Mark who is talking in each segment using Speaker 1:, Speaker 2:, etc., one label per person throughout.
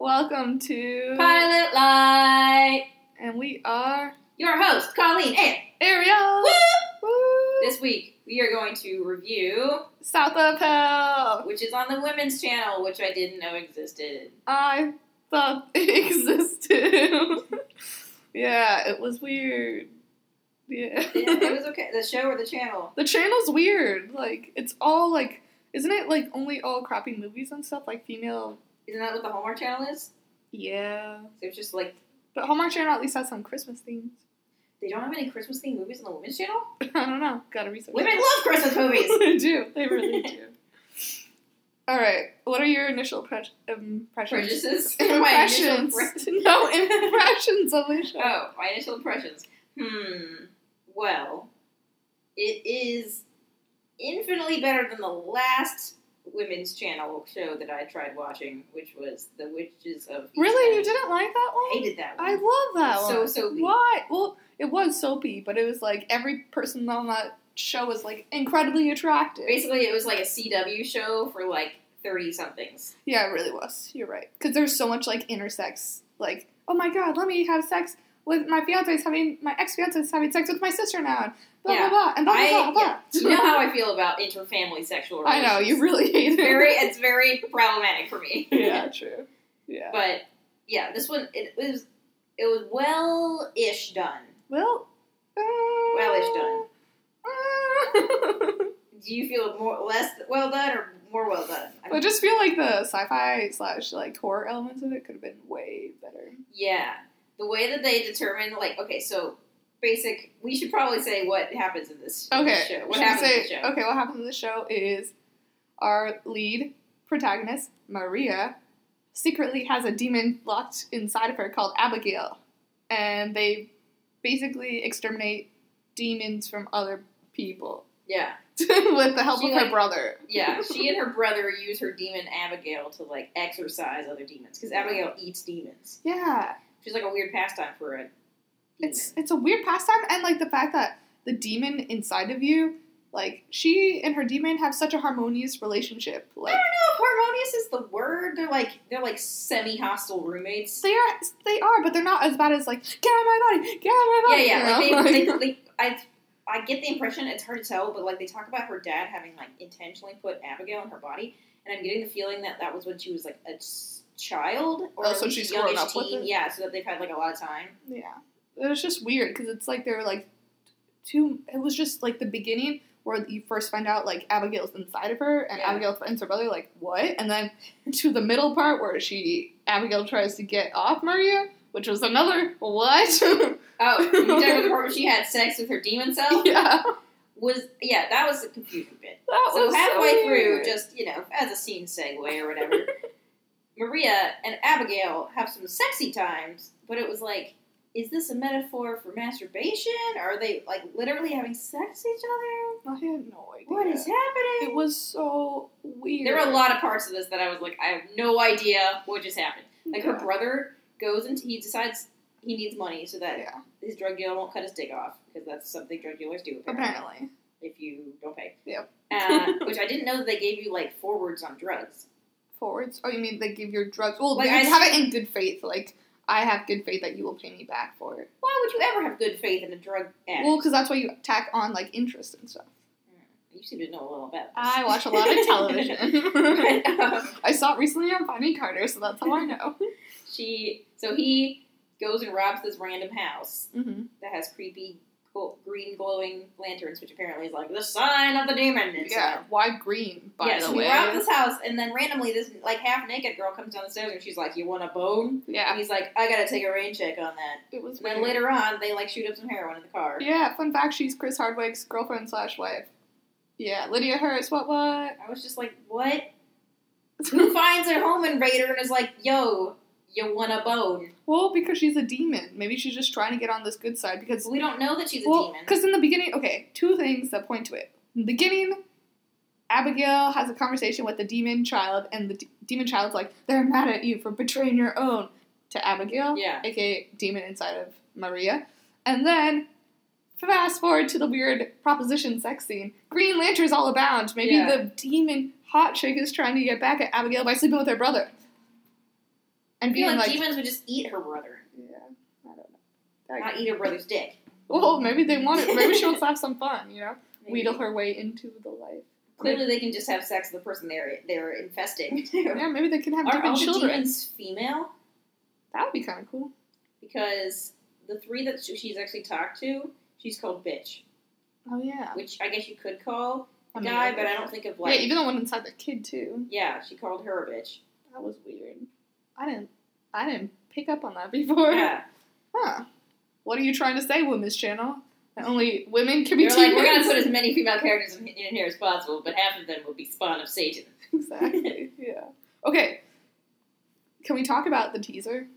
Speaker 1: Welcome to
Speaker 2: Pilot Light.
Speaker 1: and we are
Speaker 2: Your host, Colleen. And
Speaker 1: Ariel.
Speaker 2: Woo!
Speaker 1: Woo!
Speaker 2: this week we are going to review,
Speaker 1: South of Hell.
Speaker 2: which is on the women's channel, which I didn't know existed.
Speaker 1: I thought it existed. yeah, it was weird. Yeah.
Speaker 2: Yeah, it was okay. The show or the channel?
Speaker 1: the channel's weird. Like it's all like, isn't it like only all crappy movies and stuff like female?
Speaker 2: Isn't that what the Hallmark Channel is?
Speaker 1: Yeah.
Speaker 2: So it's just like
Speaker 1: But Hallmark Channel at least has some Christmas themes.
Speaker 2: they don't have any Christmas themed movies on the women's channel.
Speaker 1: I don't know. Gotta research.
Speaker 2: Women love Christmas movies.
Speaker 1: they do. They really do. All right. What are your initial pre- impressions?
Speaker 2: Prejudices. My initial
Speaker 1: Impressions.
Speaker 2: pre-
Speaker 1: no impressions, Alicia.
Speaker 2: Oh, my initial impressions. Hmm. Well, it is infinitely better than the last women's channel show that I tried watching, which was The Witches of. East
Speaker 1: Really, you
Speaker 2: End.
Speaker 1: didn't like that
Speaker 2: I
Speaker 1: one?
Speaker 2: hated that
Speaker 1: I
Speaker 2: one.
Speaker 1: love that
Speaker 2: It's
Speaker 1: one.
Speaker 2: so soapy.
Speaker 1: Why? Well, it was soapy, but it was like every person on that show was like incredibly attractive.
Speaker 2: Basically, it was like a CW show for like thirty somethings.
Speaker 1: Yeah, it really was. You're right. Because there's so much like intersex, like, oh my god, let me have sex with my fiance's having my ex fiance's having sex with my sister now. And blah blah
Speaker 2: Yeah.
Speaker 1: blah and blah
Speaker 2: I-
Speaker 1: blah blah.
Speaker 2: yeah. You know how I feel about inter-family sexual
Speaker 1: I
Speaker 2: relations.
Speaker 1: know you really hate it.
Speaker 2: It's very, it's very problematic for me.
Speaker 1: yeah, true. Yeah.
Speaker 2: but yeah, this one it was it was well-ish done.
Speaker 1: well, uh,
Speaker 2: Well, it's done.
Speaker 1: done.
Speaker 2: Do you feel more less well done or more well done? I
Speaker 1: I just feel like the sci-fi slash like horror elements of it could have been way better.
Speaker 2: yeah, the way that they determine, like, okay, so basic. We should probably say what happens in this, in this
Speaker 1: Okay,
Speaker 2: show. What
Speaker 1: should we
Speaker 2: happens in
Speaker 1: say-
Speaker 2: the show?
Speaker 1: Okay, what happens in the show is our lead protagonist Maria secretly has a demon locked inside of her called Abigail, and they basically exterminate demons from other people
Speaker 2: Yeah,
Speaker 1: with the help
Speaker 2: She,
Speaker 1: of her
Speaker 2: like-
Speaker 1: brother.
Speaker 2: yeah. She and her brother use her demon Abigail to like exorcise other demons because Abigail eats demons.
Speaker 1: Yeah,
Speaker 2: She's like a weird pastime for a demon.
Speaker 1: it's it's a weird pastime and like the fact that the demon inside of you like she and her demon have such a harmonious relationship
Speaker 2: I
Speaker 1: like
Speaker 2: don't know if harmonious is the word. They're like they're like semi-hostile roommates.
Speaker 1: they are they are but they're not as bad as like get out of my body get out of my
Speaker 2: Yeah,
Speaker 1: body
Speaker 2: yeah.
Speaker 1: you know?
Speaker 2: Like they,
Speaker 1: Like,
Speaker 2: they, they, I, I get the impression it's hard to tell, but like they talk about her dad having like intentionally put Abigail in her body, and I'm getting the feeling that that was when she was like a s- child or
Speaker 1: Oh,
Speaker 2: at
Speaker 1: so
Speaker 2: least
Speaker 1: she's grown
Speaker 2: youngish
Speaker 1: up with
Speaker 2: teen.
Speaker 1: it?
Speaker 2: Yeah, so that they've had like a lot of time.
Speaker 1: yeah it was just weird because it's like they're like two it was just like the beginning where you first find out like Abigail's inside of her and
Speaker 2: Yeah.
Speaker 1: Abigail finds her brother like what and then to the middle part where she Abigail tries to get off Maria which was another what
Speaker 2: Oh, you talking about the part where she had sex with her demon self?
Speaker 1: yeah
Speaker 2: Was yeah, that was the confusion bit.
Speaker 1: That
Speaker 2: so
Speaker 1: was
Speaker 2: halfway
Speaker 1: so
Speaker 2: through,
Speaker 1: weird.
Speaker 2: just you know, as a scene segue or whatever, Maria and Abigail have some sexy times, but it was like, is this a metaphor for masturbation? Are they like literally having sex with each other?
Speaker 1: I had no idea.
Speaker 2: What is happening?
Speaker 1: It was so weird.
Speaker 2: There were a lot of parts of this that I was like, I have no idea what just happened. Like her
Speaker 1: Yeah.
Speaker 2: brother goes and he decides he needs money so that
Speaker 1: Yeah,
Speaker 2: his drug dealer won't cut his dick off because that's something drug dealers do
Speaker 1: apparently.
Speaker 2: if you don't pay.
Speaker 1: Yep.
Speaker 2: uh, which I didn't know that they gave you like forwards on drugs.
Speaker 1: Forwards. Oh, you mean they give your drugs? Well,
Speaker 2: Like,
Speaker 1: you
Speaker 2: I
Speaker 1: have it in good faith. Like I have good faith that you will pay me back for it.
Speaker 2: Why would you ever have good faith in a drug addict?
Speaker 1: Well, because that's why you tack on like interest and stuff.
Speaker 2: you seem to know a little about this.
Speaker 1: I watch a lot of television.
Speaker 2: But, um,
Speaker 1: I saw it recently on Bonnie Carter, so that's how I know.
Speaker 2: she, so he goes and robs this random house
Speaker 1: Mm-hmm.
Speaker 2: that has creepy gl- green glowing lanterns, which apparently is like the sign of the demon. inside.
Speaker 1: Yeah. Why green? By
Speaker 2: yeah,
Speaker 1: the
Speaker 2: so
Speaker 1: way.
Speaker 2: he robs this house, and then randomly, this like half naked girl comes down the stairs, and she's like, "You want a bone?" And
Speaker 1: Yeah.
Speaker 2: he's like, "I gotta take a rain check on that."
Speaker 1: It was
Speaker 2: And then
Speaker 1: weird.
Speaker 2: later on, they like shoot up some heroin in the car.
Speaker 1: Yeah. Fun fact: She's Chris Hardwick's girlfriend slash wife. Yeah, Lydia Hurst. What? What?
Speaker 2: I was just like, "What?" who finds a home invader and is like, "Yo, you want a bone?"
Speaker 1: Well, because she's a demon. Maybe she's just trying to get on this good side because
Speaker 2: We don't know that she's a
Speaker 1: well,
Speaker 2: demon.
Speaker 1: because in the beginning, okay, two things that point to it. In the beginning, Abigail has a conversation with the demon child, and the d- demon child's like, "They're mad at you for betraying your own." To Abigail,
Speaker 2: Yeah,
Speaker 1: aka demon inside of Maria, and then fast forward to the weird proposition sex scene. Green Lantern's all abound. Maybe
Speaker 2: Yeah.
Speaker 1: the demon hot chick is trying to get back at Abigail by sleeping with her brother.
Speaker 2: I
Speaker 1: and
Speaker 2: feel
Speaker 1: being
Speaker 2: like,
Speaker 1: like,
Speaker 2: demons would just eat her brother,
Speaker 1: yeah, I don't know.
Speaker 2: not eat her brother's dick.
Speaker 1: Well, maybe they want it. Maybe she wants to have some fun, you know,
Speaker 2: Maybe.
Speaker 1: wheedle her way into the life.
Speaker 2: Clearly, they can just have sex with the person they're they're infesting.
Speaker 1: Yeah, maybe they can have
Speaker 2: Are all
Speaker 1: different
Speaker 2: the
Speaker 1: children.
Speaker 2: demons female?
Speaker 1: That would be kind of cool.
Speaker 2: Because the three that she- she's actually talked to, she's called bitch,
Speaker 1: Oh yeah,
Speaker 2: which I guess you could call
Speaker 1: I
Speaker 2: a
Speaker 1: mean,
Speaker 2: guy, but I don't think of like
Speaker 1: yeah, even the one inside the kid too.
Speaker 2: Yeah, she called her a bitch.
Speaker 1: That was weird. I didn't. I didn't pick up on that before.
Speaker 2: Yeah.
Speaker 1: Huh? What are you trying to say, Women's Channel? That only women can be
Speaker 2: They're
Speaker 1: teachers.
Speaker 2: like, we're gonna put as many female characters in, in here as possible, but half of them will be spawn of Satan.
Speaker 1: exactly. Yeah. Okay. Can we talk about the teaser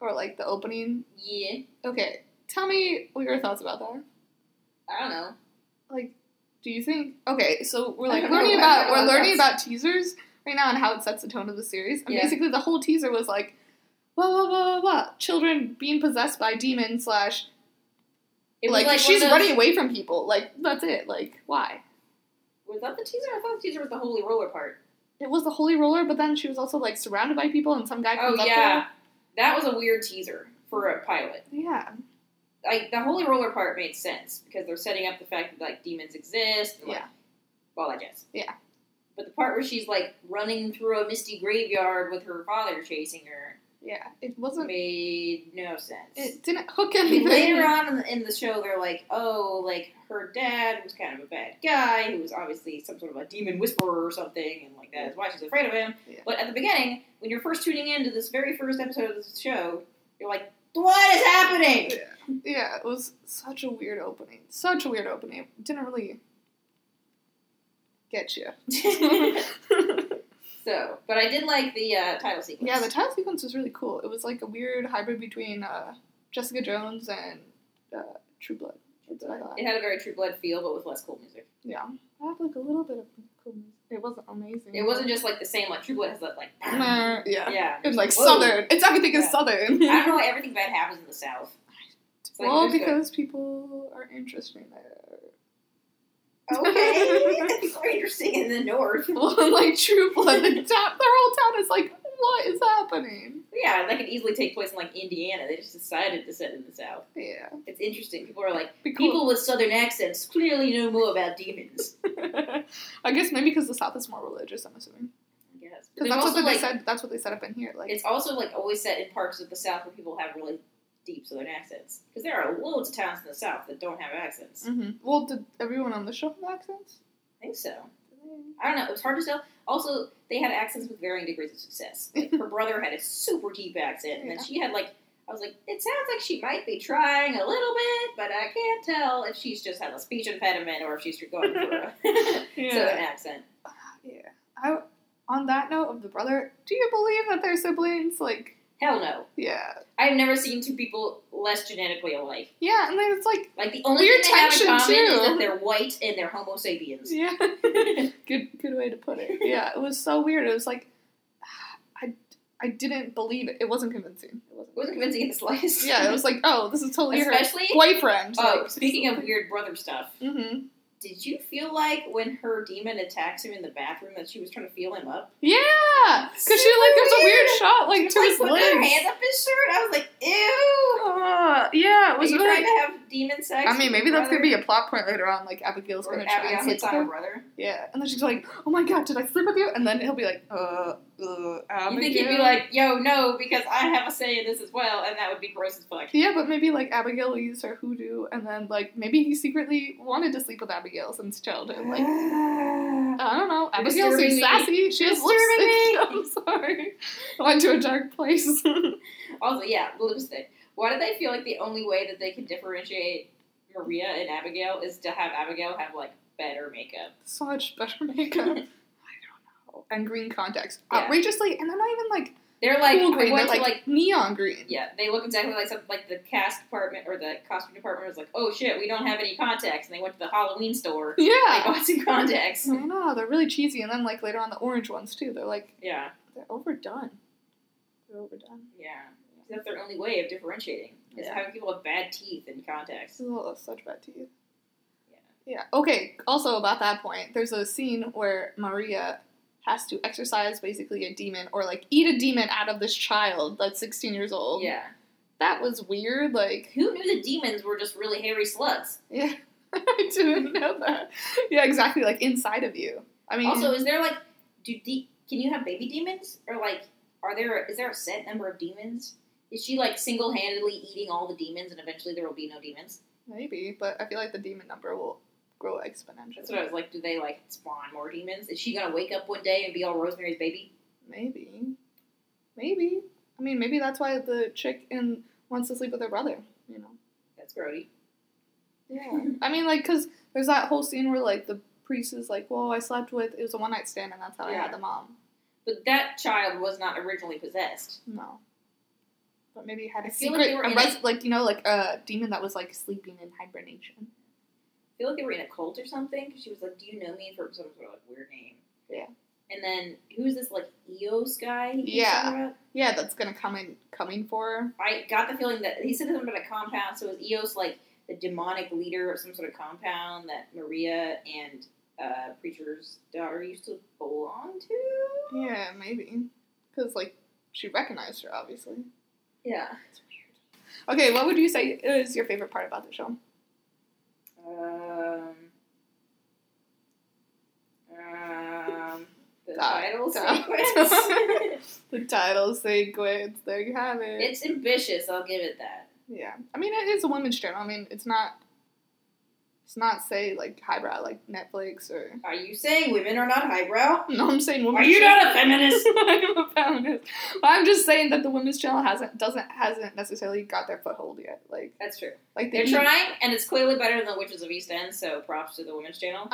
Speaker 1: or like the opening?
Speaker 2: Yeah.
Speaker 1: Okay. Tell me what your thoughts about that.
Speaker 2: I don't know.
Speaker 1: Like, do you think? Okay, so we're like
Speaker 2: I don't
Speaker 1: learning
Speaker 2: know. I
Speaker 1: about
Speaker 2: don't
Speaker 1: we're
Speaker 2: know what
Speaker 1: learning about teasers right now and how it sets the tone of the series. And
Speaker 2: Yeah.
Speaker 1: basically, the whole teaser was like, blah blah blah blah blah, children being possessed by demons slash
Speaker 2: It was
Speaker 1: like,
Speaker 2: like
Speaker 1: she's
Speaker 2: one of those-
Speaker 1: running away from people. Like that's it. Like why?
Speaker 2: Was that the teaser? I thought the teaser was the holy roller part.
Speaker 1: It was the holy roller, but then she was also like surrounded by people, and some guy
Speaker 2: Oh
Speaker 1: comes up to her.
Speaker 2: yeah, that was a weird teaser for a pilot.
Speaker 1: Yeah,
Speaker 2: Like the holy roller part made sense because they're setting up the fact that like demons exist. And, like,
Speaker 1: Yeah.
Speaker 2: All that jazz.
Speaker 1: Yeah.
Speaker 2: But the part where she's like running through a misty graveyard with her father chasing her
Speaker 1: yeah. It wasn't.
Speaker 2: made no sense.
Speaker 1: It didn't hook
Speaker 2: I
Speaker 1: anything.
Speaker 2: mean, later on in the, in the show, they're like, oh, like her dad was kind of a bad guy who was obviously some sort of a demon whisperer or something, and like that is why she's afraid of him.
Speaker 1: Yeah.
Speaker 2: But at the beginning, when you're first tuning into this very first episode of this show, you're like, what is happening?
Speaker 1: Yeah, it was such a weird opening. Such a weird opening. It didn't really get you.
Speaker 2: so, but I did like the uh, title sequence.
Speaker 1: Yeah, the title sequence was really cool. It was like a weird hybrid between uh, Jessica Jones and uh, True Blood. That's what I thought.
Speaker 2: it had a very True Blood feel, but with less cool music.
Speaker 1: Yeah, I had like a little bit of cool. music. It wasn't amazing.
Speaker 2: It wasn't just like the same like True Blood has that like
Speaker 1: Nah, yeah.
Speaker 2: yeah.
Speaker 1: It was like
Speaker 2: Whoa.
Speaker 1: southern. It's everything is
Speaker 2: Yeah.
Speaker 1: southern.
Speaker 2: I don't know why everything bad happens in the South. It's like,
Speaker 1: well,
Speaker 2: there's the-
Speaker 1: because people are interesting there.
Speaker 2: Okay. People are interesting in the north.
Speaker 1: Well, like True Blood, the, ta- the whole town is like, what is happening?
Speaker 2: Yeah, that could easily take place in like Indiana. They just decided to set it in the South.
Speaker 1: Yeah,
Speaker 2: It's interesting. People are like,
Speaker 1: be cool.
Speaker 2: people with Southern accents clearly know more about demons.
Speaker 1: I guess maybe because the South is more religious. I'm assuming
Speaker 2: I guess. But
Speaker 1: because
Speaker 2: there's
Speaker 1: that's what
Speaker 2: also,
Speaker 1: they
Speaker 2: like,
Speaker 1: said. That's what they set up in here. Like,
Speaker 2: It's also like always set in parts of the South where people have really deep Southern accents. Because there are loads of towns in the South that don't have accents.
Speaker 1: Mhm. well, did everyone on the show have accents?
Speaker 2: I think so. I don't know. It was hard to tell. Also, they had accents with varying degrees of success. Like, her brother had a super deep accent, and
Speaker 1: Yeah.
Speaker 2: then she had like, I was like, it sounds like she might be trying a little bit, but I can't tell if she's just had a speech impediment or if she's going for a southern accent.
Speaker 1: yeah. I, on that note of the brother, do you believe that they're siblings? Like,
Speaker 2: Hell no.
Speaker 1: yeah,
Speaker 2: I've never seen two people less genetically alike.
Speaker 1: yeah, and then it's like,
Speaker 2: Like the only
Speaker 1: Weird
Speaker 2: thing they have in
Speaker 1: tension,
Speaker 2: common is
Speaker 1: too.
Speaker 2: that they're white and they're Homo sapiens.
Speaker 1: yeah, good, good way to put it. Yeah, it was so weird. It was like, I, I didn't believe it. It wasn't convincing. It
Speaker 2: It wasn't convincing in the slightest.
Speaker 1: Yeah, it was like, oh, this is totally her
Speaker 2: especially.
Speaker 1: boyfriend.
Speaker 2: Oh,
Speaker 1: Like,
Speaker 2: speaking of weird brother stuff.
Speaker 1: hmm
Speaker 2: Did you feel like when her demon attacked him in the bathroom that she was trying to feel him up?
Speaker 1: Yeah, because she like there's a weird shot like to
Speaker 2: Like
Speaker 1: his
Speaker 2: putting her
Speaker 1: legs.
Speaker 2: hand up his shirt. I was like, ew.
Speaker 1: Uh, yeah, it
Speaker 2: Was
Speaker 1: was
Speaker 2: you
Speaker 1: really.
Speaker 2: trying to have demon sex?
Speaker 1: I mean, maybe that's gonna be
Speaker 2: a
Speaker 1: a plot point later on. Like Abigail's
Speaker 2: or
Speaker 1: gonna try
Speaker 2: Abigail
Speaker 1: and
Speaker 2: hits on
Speaker 1: sleep
Speaker 2: her
Speaker 1: with her.
Speaker 2: brother.
Speaker 1: Yeah, and then she's like, "Oh my god, did I sleep with you?" And then he'll be like, "Uh, uh, Abigail."
Speaker 2: You think he'd be like, yo, no, because I have a say in this as well, and that would be gross as fuck.
Speaker 1: Yeah, but maybe like Abigail will use her hoodoo, and then like maybe he secretly wanted to sleep with Abigail since childhood. Like I don't know,
Speaker 2: You're
Speaker 1: Abigail seems
Speaker 2: disturbing me.
Speaker 1: sassy. She has
Speaker 2: disturbing
Speaker 1: lipstick. I'm sorry, I went to a dark place.
Speaker 2: also, yeah, lipstick. Why did they feel like the only way that they can differentiate Maria and Abigail is to have Abigail have like better makeup?
Speaker 1: Such better makeup. I don't know. And green contacts.
Speaker 2: Yeah.
Speaker 1: Outrageously, and they're not even like
Speaker 2: They're like,
Speaker 1: cool
Speaker 2: I
Speaker 1: green,
Speaker 2: went
Speaker 1: they're
Speaker 2: to,
Speaker 1: like,
Speaker 2: like
Speaker 1: neon green.
Speaker 2: Yeah, they look exactly like something like the cast department or the costume department was like, oh shit, we don't have any contacts. And they went to the Halloween store. They
Speaker 1: Yeah.
Speaker 2: got some contacts.
Speaker 1: I know, they're really cheesy. And then like later on the orange ones too. They're like
Speaker 2: Yeah,
Speaker 1: they're overdone. They're overdone.
Speaker 2: yeah. That's their only way of differentiating is
Speaker 1: Yeah.
Speaker 2: having people with bad teeth and contacts.
Speaker 1: This is all such bad teeth.
Speaker 2: Yeah.
Speaker 1: Yeah. Okay. Also about that point, there's a scene where Maria has to exercise basically a demon or like eat a demon out of this child that's 16 years old.
Speaker 2: Yeah.
Speaker 1: That was weird. Like,
Speaker 2: Who knew the demons were just really hairy sluts?
Speaker 1: yeah, I didn't know that. Yeah, exactly. Like inside of you. I mean,
Speaker 2: Also, is there like, do de- can you have baby demons or like, are there is there a set number of demons? Is she like single handedly eating all the demons and eventually there will be no demons?
Speaker 1: maybe, but I feel like the demon number will grow exponentially.
Speaker 2: That's what I was like. Do they like spawn more demons? Is she gonna wake up one day and be all Rosemary's baby?
Speaker 1: Maybe. Maybe. I mean, maybe that's why the chick in wants to sleep with her brother, you know.
Speaker 2: That's grody.
Speaker 1: Yeah. I mean, like, because there's that whole scene where, like, the priest is like, whoa, I slept with, it was a one night stand, and that's how I
Speaker 2: Yeah.
Speaker 1: had the mom.
Speaker 2: But that child was not originally possessed.
Speaker 1: No. But maybe it had a
Speaker 2: I feel like
Speaker 1: secret,
Speaker 2: they were
Speaker 1: a
Speaker 2: in
Speaker 1: res- like, you know, like a demon that was, like, sleeping in hibernation.
Speaker 2: I feel like they were in a cult or something. 'cause she was like, "Do you know me?" And for some sort of like weird name.
Speaker 1: Yeah.
Speaker 2: And then who's this like Eos guy? he keeps
Speaker 1: Yeah.
Speaker 2: talking about?
Speaker 1: Yeah, that's gonna come in, coming for her.
Speaker 2: I got the feeling that he said something about a compound. So it was Eos like the demonic leader of some sort of compound that Maria and uh, preacher's daughter used to belong to?
Speaker 1: Yeah, maybe. Because, like, she recognized her, obviously.
Speaker 2: Yeah.
Speaker 1: It's weird. Okay, what would you say is your favorite part about the show?
Speaker 2: Um, um, the
Speaker 1: Stop.
Speaker 2: title
Speaker 1: Stop.
Speaker 2: sequence.
Speaker 1: The title sequence. There you have it.
Speaker 2: it's ambitious. I'll give it that.
Speaker 1: yeah, I mean it is a women's channel. I mean it's not. It's not say like highbrow like Netflix or.
Speaker 2: Are you saying women are not highbrow?
Speaker 1: No, I'm saying women's.
Speaker 2: Are you
Speaker 1: channel.
Speaker 2: not a feminist?
Speaker 1: I'm a feminist. But I'm just saying that the women's channel hasn't doesn't hasn't necessarily got their foothold yet. Like
Speaker 2: That's true.
Speaker 1: like
Speaker 2: They're
Speaker 1: they
Speaker 2: trying, and it's clearly better than the Witches of East End. So props to the Women's Channel.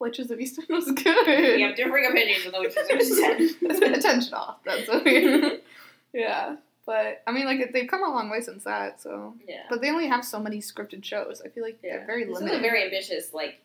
Speaker 1: Witches of Eastern was good.
Speaker 2: We have differing opinions on the Witches of East End.
Speaker 1: Attention off. That's what I mean. yeah, but I mean like they've come a long way since that. So,
Speaker 2: Yeah,
Speaker 1: but they only have so many scripted shows. I feel like
Speaker 2: yeah.
Speaker 1: they're very
Speaker 2: this
Speaker 1: limited.
Speaker 2: is a very ambitious, like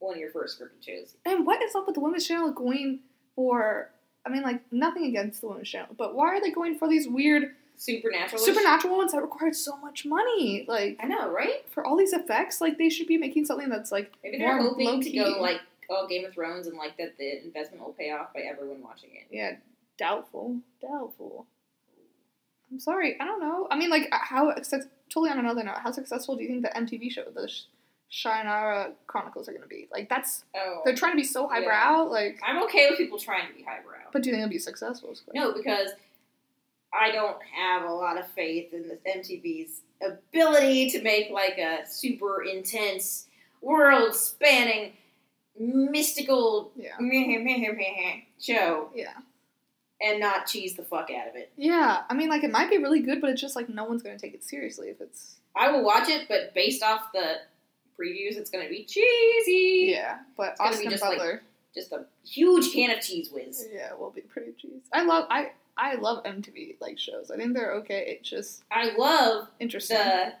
Speaker 2: one of your first scripted shows.
Speaker 1: And what is up with the women's channel going for? I mean, like nothing against the women's channel, but why are they going for these weird
Speaker 2: Supernatural.
Speaker 1: supernatural ones that require so much money? Like
Speaker 2: I know, right?
Speaker 1: for all these effects, like they should be making something that's like
Speaker 2: Maybe they're
Speaker 1: more
Speaker 2: hoping
Speaker 1: low
Speaker 2: to
Speaker 1: key.
Speaker 2: go like all Game of Thrones and like that the investment will pay off by everyone watching it.
Speaker 1: yeah, doubtful, doubtful. I'm sorry, I don't know. I mean, like uh, how success- totally on another note, how successful do you think the MTV show, the Sh- Shannara Chronicles, are going to be? Like that's
Speaker 2: Oh,
Speaker 1: they're trying to be so highbrow, like.
Speaker 2: I'm okay with people trying to be highbrow.
Speaker 1: But do you think it'll be successful? is the question.
Speaker 2: No, because I don't have a lot of faith in the MTV's ability to make like a super intense, world-spanning, mystical
Speaker 1: Yeah.
Speaker 2: show
Speaker 1: Yeah.
Speaker 2: and not cheese the fuck out of it.
Speaker 1: Yeah, I mean, like it might be really good, but it's just like no one's gonna take it seriously if it's.
Speaker 2: I will watch it, but based off the previews, it's gonna be cheesy.
Speaker 1: Yeah, but
Speaker 2: gonna be
Speaker 1: Austin
Speaker 2: just, like,
Speaker 1: Butler.
Speaker 2: just a huge can of cheese whiz.
Speaker 1: yeah, will be pretty cheese. I love I I love MTV like shows. I think they're okay. It's just
Speaker 2: I love
Speaker 1: interesting.
Speaker 2: the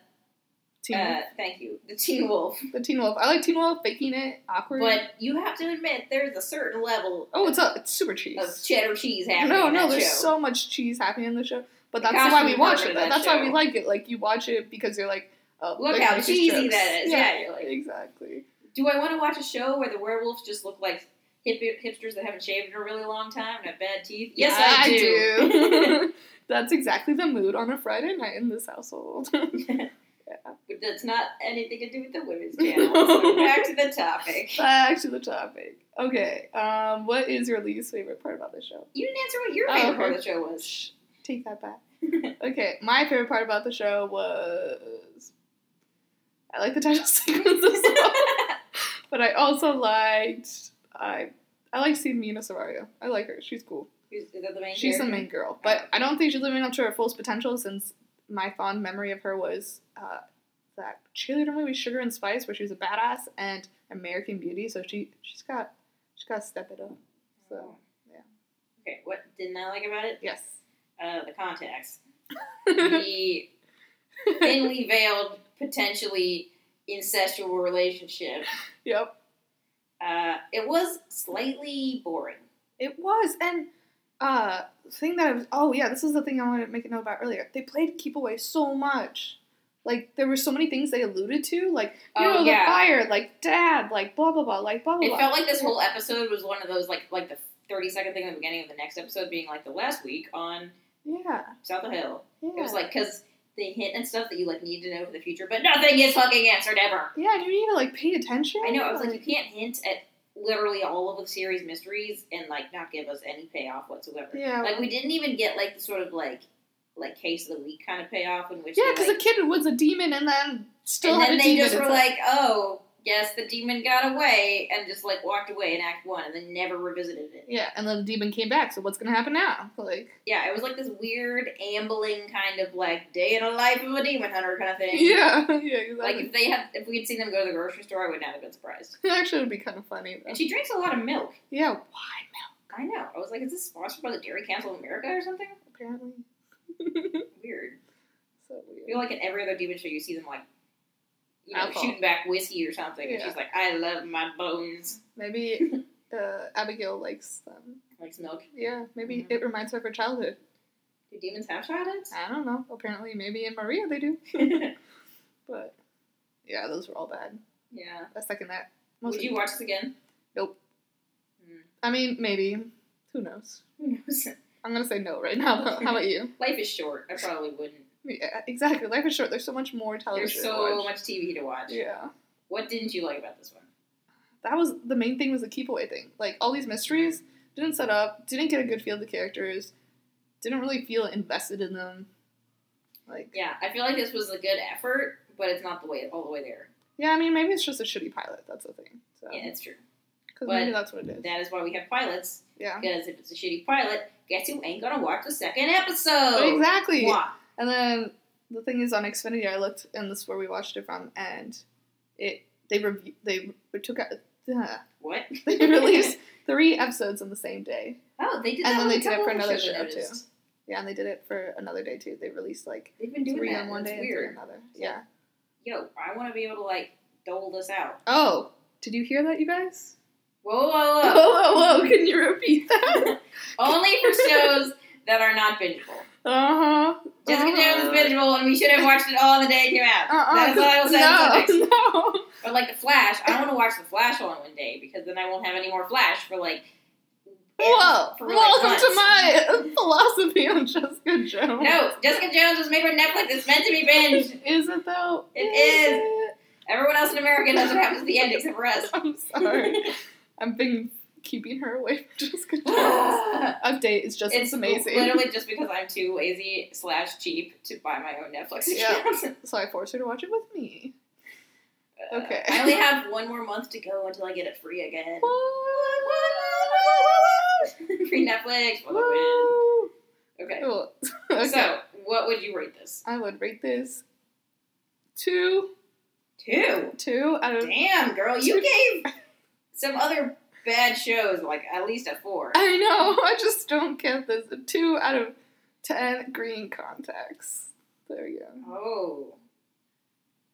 Speaker 1: Teen
Speaker 2: uh, thank you, the Teen Wolf.
Speaker 1: Wolf. The Teen Wolf. I like Teen Wolf faking it awkward.
Speaker 2: But you have to admit, there's a certain level
Speaker 1: oh, it's a, it's super
Speaker 2: of
Speaker 1: cheese.
Speaker 2: cheddar cheese happening.
Speaker 1: No,
Speaker 2: in
Speaker 1: no,
Speaker 2: that
Speaker 1: there's
Speaker 2: show.
Speaker 1: so much cheese happening in the show. But that's
Speaker 2: Gosh,
Speaker 1: why
Speaker 2: we
Speaker 1: we watch
Speaker 2: covered
Speaker 1: it.
Speaker 2: that
Speaker 1: That's why we
Speaker 2: show.
Speaker 1: like it. Like you watch it because you're like, oh,
Speaker 2: Look
Speaker 1: they're
Speaker 2: how
Speaker 1: making
Speaker 2: cheesy
Speaker 1: jokes.
Speaker 2: that is. Yeah, you're like-
Speaker 1: exactly.
Speaker 2: Do I want to watch a show where the werewolves just look like hip- hipsters that haven't shaved in a really long time and have bad teeth? Yes, I, do.
Speaker 1: do. That's exactly the mood on a Friday night in this household.
Speaker 2: but that's not anything to do with the women's channel. so back to the topic.
Speaker 1: Back to the topic. Okay, um, what is your least favorite part about the show?
Speaker 2: You didn't answer what your
Speaker 1: Oh,
Speaker 2: favorite
Speaker 1: okay.
Speaker 2: part of the show was.
Speaker 1: Shh, take that back. okay, my favorite part about the show was I like the title sequence as well, but I also liked I I like seeing Mina Sarayo. I like her. She's cool.
Speaker 2: Is is that the main
Speaker 1: She's the
Speaker 2: character?
Speaker 1: main girl, but I don't think she's living up to her fullest potential since my fond memory of her was uh, that cheerleader movie Sugar and Spice, where she was a badass, and American Beauty. So she she's got she's got to step it up. So yeah.
Speaker 2: Okay, what didn't I like about it?
Speaker 1: yes,
Speaker 2: Uh, the contacts. the thinly veiled, potentially incestual relationship.
Speaker 1: yep,
Speaker 2: Uh, it was slightly boring.
Speaker 1: it was. And uh, thing that I was oh yeah, this is the thing I wanted to make a note about earlier. They played Keep Away so much. Like there were so many things they alluded to, like you
Speaker 2: Oh,
Speaker 1: know
Speaker 2: yeah.
Speaker 1: the fire, like dad, like blah blah blah, like blah blah.
Speaker 2: It
Speaker 1: blah.
Speaker 2: felt like this whole episode was one of those like like the thirty second thing at the beginning of the next episode being like the last week on
Speaker 1: Yeah.
Speaker 2: South of Hill.
Speaker 1: Yeah.
Speaker 2: It was like because they hint and stuff that you like need to know for the future, but nothing is fucking answered ever.
Speaker 1: yeah, do you need to like pay attention?
Speaker 2: I know. I was like, you can't hint at literally all of the series mysteries and like not give us any payoff whatsoever.
Speaker 1: yeah.
Speaker 2: Like we didn't even get like the sort of like like case of the week kind of payoff in which
Speaker 1: yeah,
Speaker 2: they,
Speaker 1: because
Speaker 2: like,
Speaker 1: the kid was a demon and then still
Speaker 2: and
Speaker 1: had
Speaker 2: then
Speaker 1: a
Speaker 2: they
Speaker 1: demon.
Speaker 2: just
Speaker 1: It's
Speaker 2: were like, oh, yes, the demon got away and just like walked away in Act One and then never revisited it.
Speaker 1: yeah, and then the demon came back. So what's gonna happen now? Like,
Speaker 2: Yeah, it was like this weird ambling kind of like day in the life of a demon hunter kind of thing.
Speaker 1: yeah, yeah,
Speaker 2: Like
Speaker 1: exactly.
Speaker 2: if they had, if we had seen them go to the grocery store, I would not have been surprised.
Speaker 1: it actually would be kind of funny. Though.
Speaker 2: And she drinks a lot of milk.
Speaker 1: Yeah, why
Speaker 2: I know. I was like, is this sponsored by the Dairy Council of America or something?
Speaker 1: apparently?
Speaker 2: Weird.
Speaker 1: So
Speaker 2: I
Speaker 1: weird.
Speaker 2: feel like in every other demon show, you see them like, you know,
Speaker 1: Alcohol.
Speaker 2: shooting back whiskey or something. And
Speaker 1: Yeah.
Speaker 2: she's like, I love my bones.
Speaker 1: Maybe uh, Abigail likes them.
Speaker 2: Likes milk.
Speaker 1: Yeah, maybe
Speaker 2: Mhm.
Speaker 1: it reminds her of her childhood.
Speaker 2: Do demons have childhoods?
Speaker 1: I don't know. Apparently, maybe in Maria they do. But yeah, those were all bad.
Speaker 2: yeah.
Speaker 1: I second that.
Speaker 2: Would you watch this again?
Speaker 1: Nope.
Speaker 2: Hmm.
Speaker 1: I mean, maybe. Who knows?
Speaker 2: Who knows?
Speaker 1: I'm gonna say no right now. Though. How about you?
Speaker 2: Life is short. I probably wouldn't.
Speaker 1: Yeah, exactly. Life is short. There's so much more
Speaker 2: There's
Speaker 1: television. to
Speaker 2: so
Speaker 1: watch.
Speaker 2: much TV to watch.
Speaker 1: Yeah,
Speaker 2: What didn't you like about this one?
Speaker 1: that was the main thing. Was the keep away thing. Like all these mysteries didn't set up. Didn't get a good feel of the characters. Didn't really feel invested in them. Like
Speaker 2: Yeah, I feel like this was a good effort, but it's not the way all the way there.
Speaker 1: yeah, I mean maybe it's just a shitty pilot. That's the thing. So
Speaker 2: Yeah, it's true.
Speaker 1: because
Speaker 2: but
Speaker 1: maybe that's what it is.
Speaker 2: That is why we have pilots.
Speaker 1: yeah.
Speaker 2: Because if it's a shitty pilot, guess who ain't gonna watch the second episode?
Speaker 1: exactly.
Speaker 2: Why?
Speaker 1: And then the thing is on Xfinity, I looked, and this is where we watched it from, and it they rev- they took out uh,
Speaker 2: What?
Speaker 1: they released three episodes on the same day.
Speaker 2: Oh, they did.
Speaker 1: And
Speaker 2: that
Speaker 1: then
Speaker 2: with
Speaker 1: they
Speaker 2: a
Speaker 1: did it
Speaker 2: couple
Speaker 1: for
Speaker 2: other
Speaker 1: another
Speaker 2: shows I
Speaker 1: show,
Speaker 2: noticed.
Speaker 1: Yeah, and they did it for another day too. They released like
Speaker 2: They've been doing
Speaker 1: three
Speaker 2: that.
Speaker 1: on one
Speaker 2: That's
Speaker 1: day
Speaker 2: weird.
Speaker 1: and three on another. Yeah.
Speaker 2: Yo, I want to be able to like dole this out.
Speaker 1: Oh, did you hear that, you guys?
Speaker 2: Whoa, whoa,
Speaker 1: Whoa,
Speaker 2: whoa!
Speaker 1: whoa, whoa! Can you repeat that?
Speaker 2: Only for shows that are not bingeable.
Speaker 1: Uh huh.
Speaker 2: Jessica Jones is
Speaker 1: Uh-huh.
Speaker 2: bingeable, and we should have watched it all the day it came out.
Speaker 1: Uh-uh.
Speaker 2: That's all I will say. about this.
Speaker 1: No, no.
Speaker 2: But like the Flash, I want to watch the Flash all in one day because then I won't have any more Flash for like.
Speaker 1: Whoa!
Speaker 2: for, like,
Speaker 1: Welcome to
Speaker 2: months.
Speaker 1: my philosophy on Jessica Jones.
Speaker 2: No, Jessica Jones was made by Netflix. It's meant to be binged.
Speaker 1: Is it though?
Speaker 2: It is. Everyone else in America knows what happens at the end except for us.
Speaker 1: it? I'm sorry. I've been keeping her away from Jessica Jones.
Speaker 2: it's
Speaker 1: Update is just as amazing.
Speaker 2: literally just because I'm too lazy slash cheap to buy my own Netflix
Speaker 1: Yeah.
Speaker 2: account.
Speaker 1: So I forced her to watch it with me.
Speaker 2: Uh,
Speaker 1: Okay.
Speaker 2: I only have one more month to go until I get it free again. free Netflix for the
Speaker 1: Woo!
Speaker 2: win. Okay.
Speaker 1: Cool. okay.
Speaker 2: So, what would you rate this?
Speaker 1: I would rate this two,
Speaker 2: Two.
Speaker 1: two out of.
Speaker 2: Damn, girl, you gave some other bad shows like at least a four.
Speaker 1: I know. I just don't get this. Two out of ten green contacts. There you go.
Speaker 2: Oh.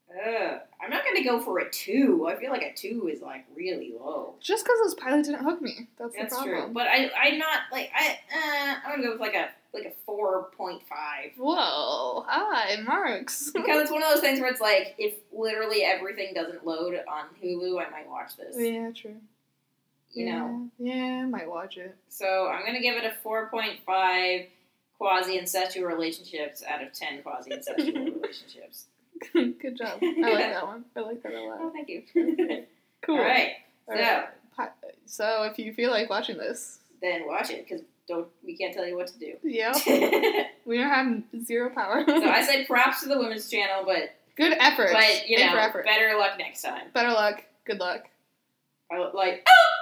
Speaker 2: Ugh. I'm not gonna go for a two. I feel like a two is like really low.
Speaker 1: Just because this pilot didn't hook me. That's,
Speaker 2: That's
Speaker 1: the problem.
Speaker 2: true. But I I'm not like I uh, I'm gonna go with like a like a four point five.
Speaker 1: Whoa, hi, Marks.
Speaker 2: Because it's one of those things where it's like if literally everything doesn't load on Hulu, I might watch this.
Speaker 1: yeah, true.
Speaker 2: You
Speaker 1: yeah.
Speaker 2: know.
Speaker 1: Yeah, might watch it.
Speaker 2: So I'm gonna give it a four point five quasi incestual relationships out of ten quasi incestual relationships.
Speaker 1: Good job. I like that one. I like that a
Speaker 2: Oh,
Speaker 1: lot.
Speaker 2: thank you.
Speaker 1: Cool.
Speaker 2: All right,
Speaker 1: All right. Pi- So if you feel like watching this,
Speaker 2: then watch it because don't we can't tell you what to do.
Speaker 1: yeah,
Speaker 2: so
Speaker 1: we don't have zero power.
Speaker 2: I say props to the women's channel, but
Speaker 1: good effort.
Speaker 2: but you
Speaker 1: Thank
Speaker 2: know
Speaker 1: for effort.
Speaker 2: better luck next time.
Speaker 1: Better luck. Good luck.
Speaker 2: I look like oh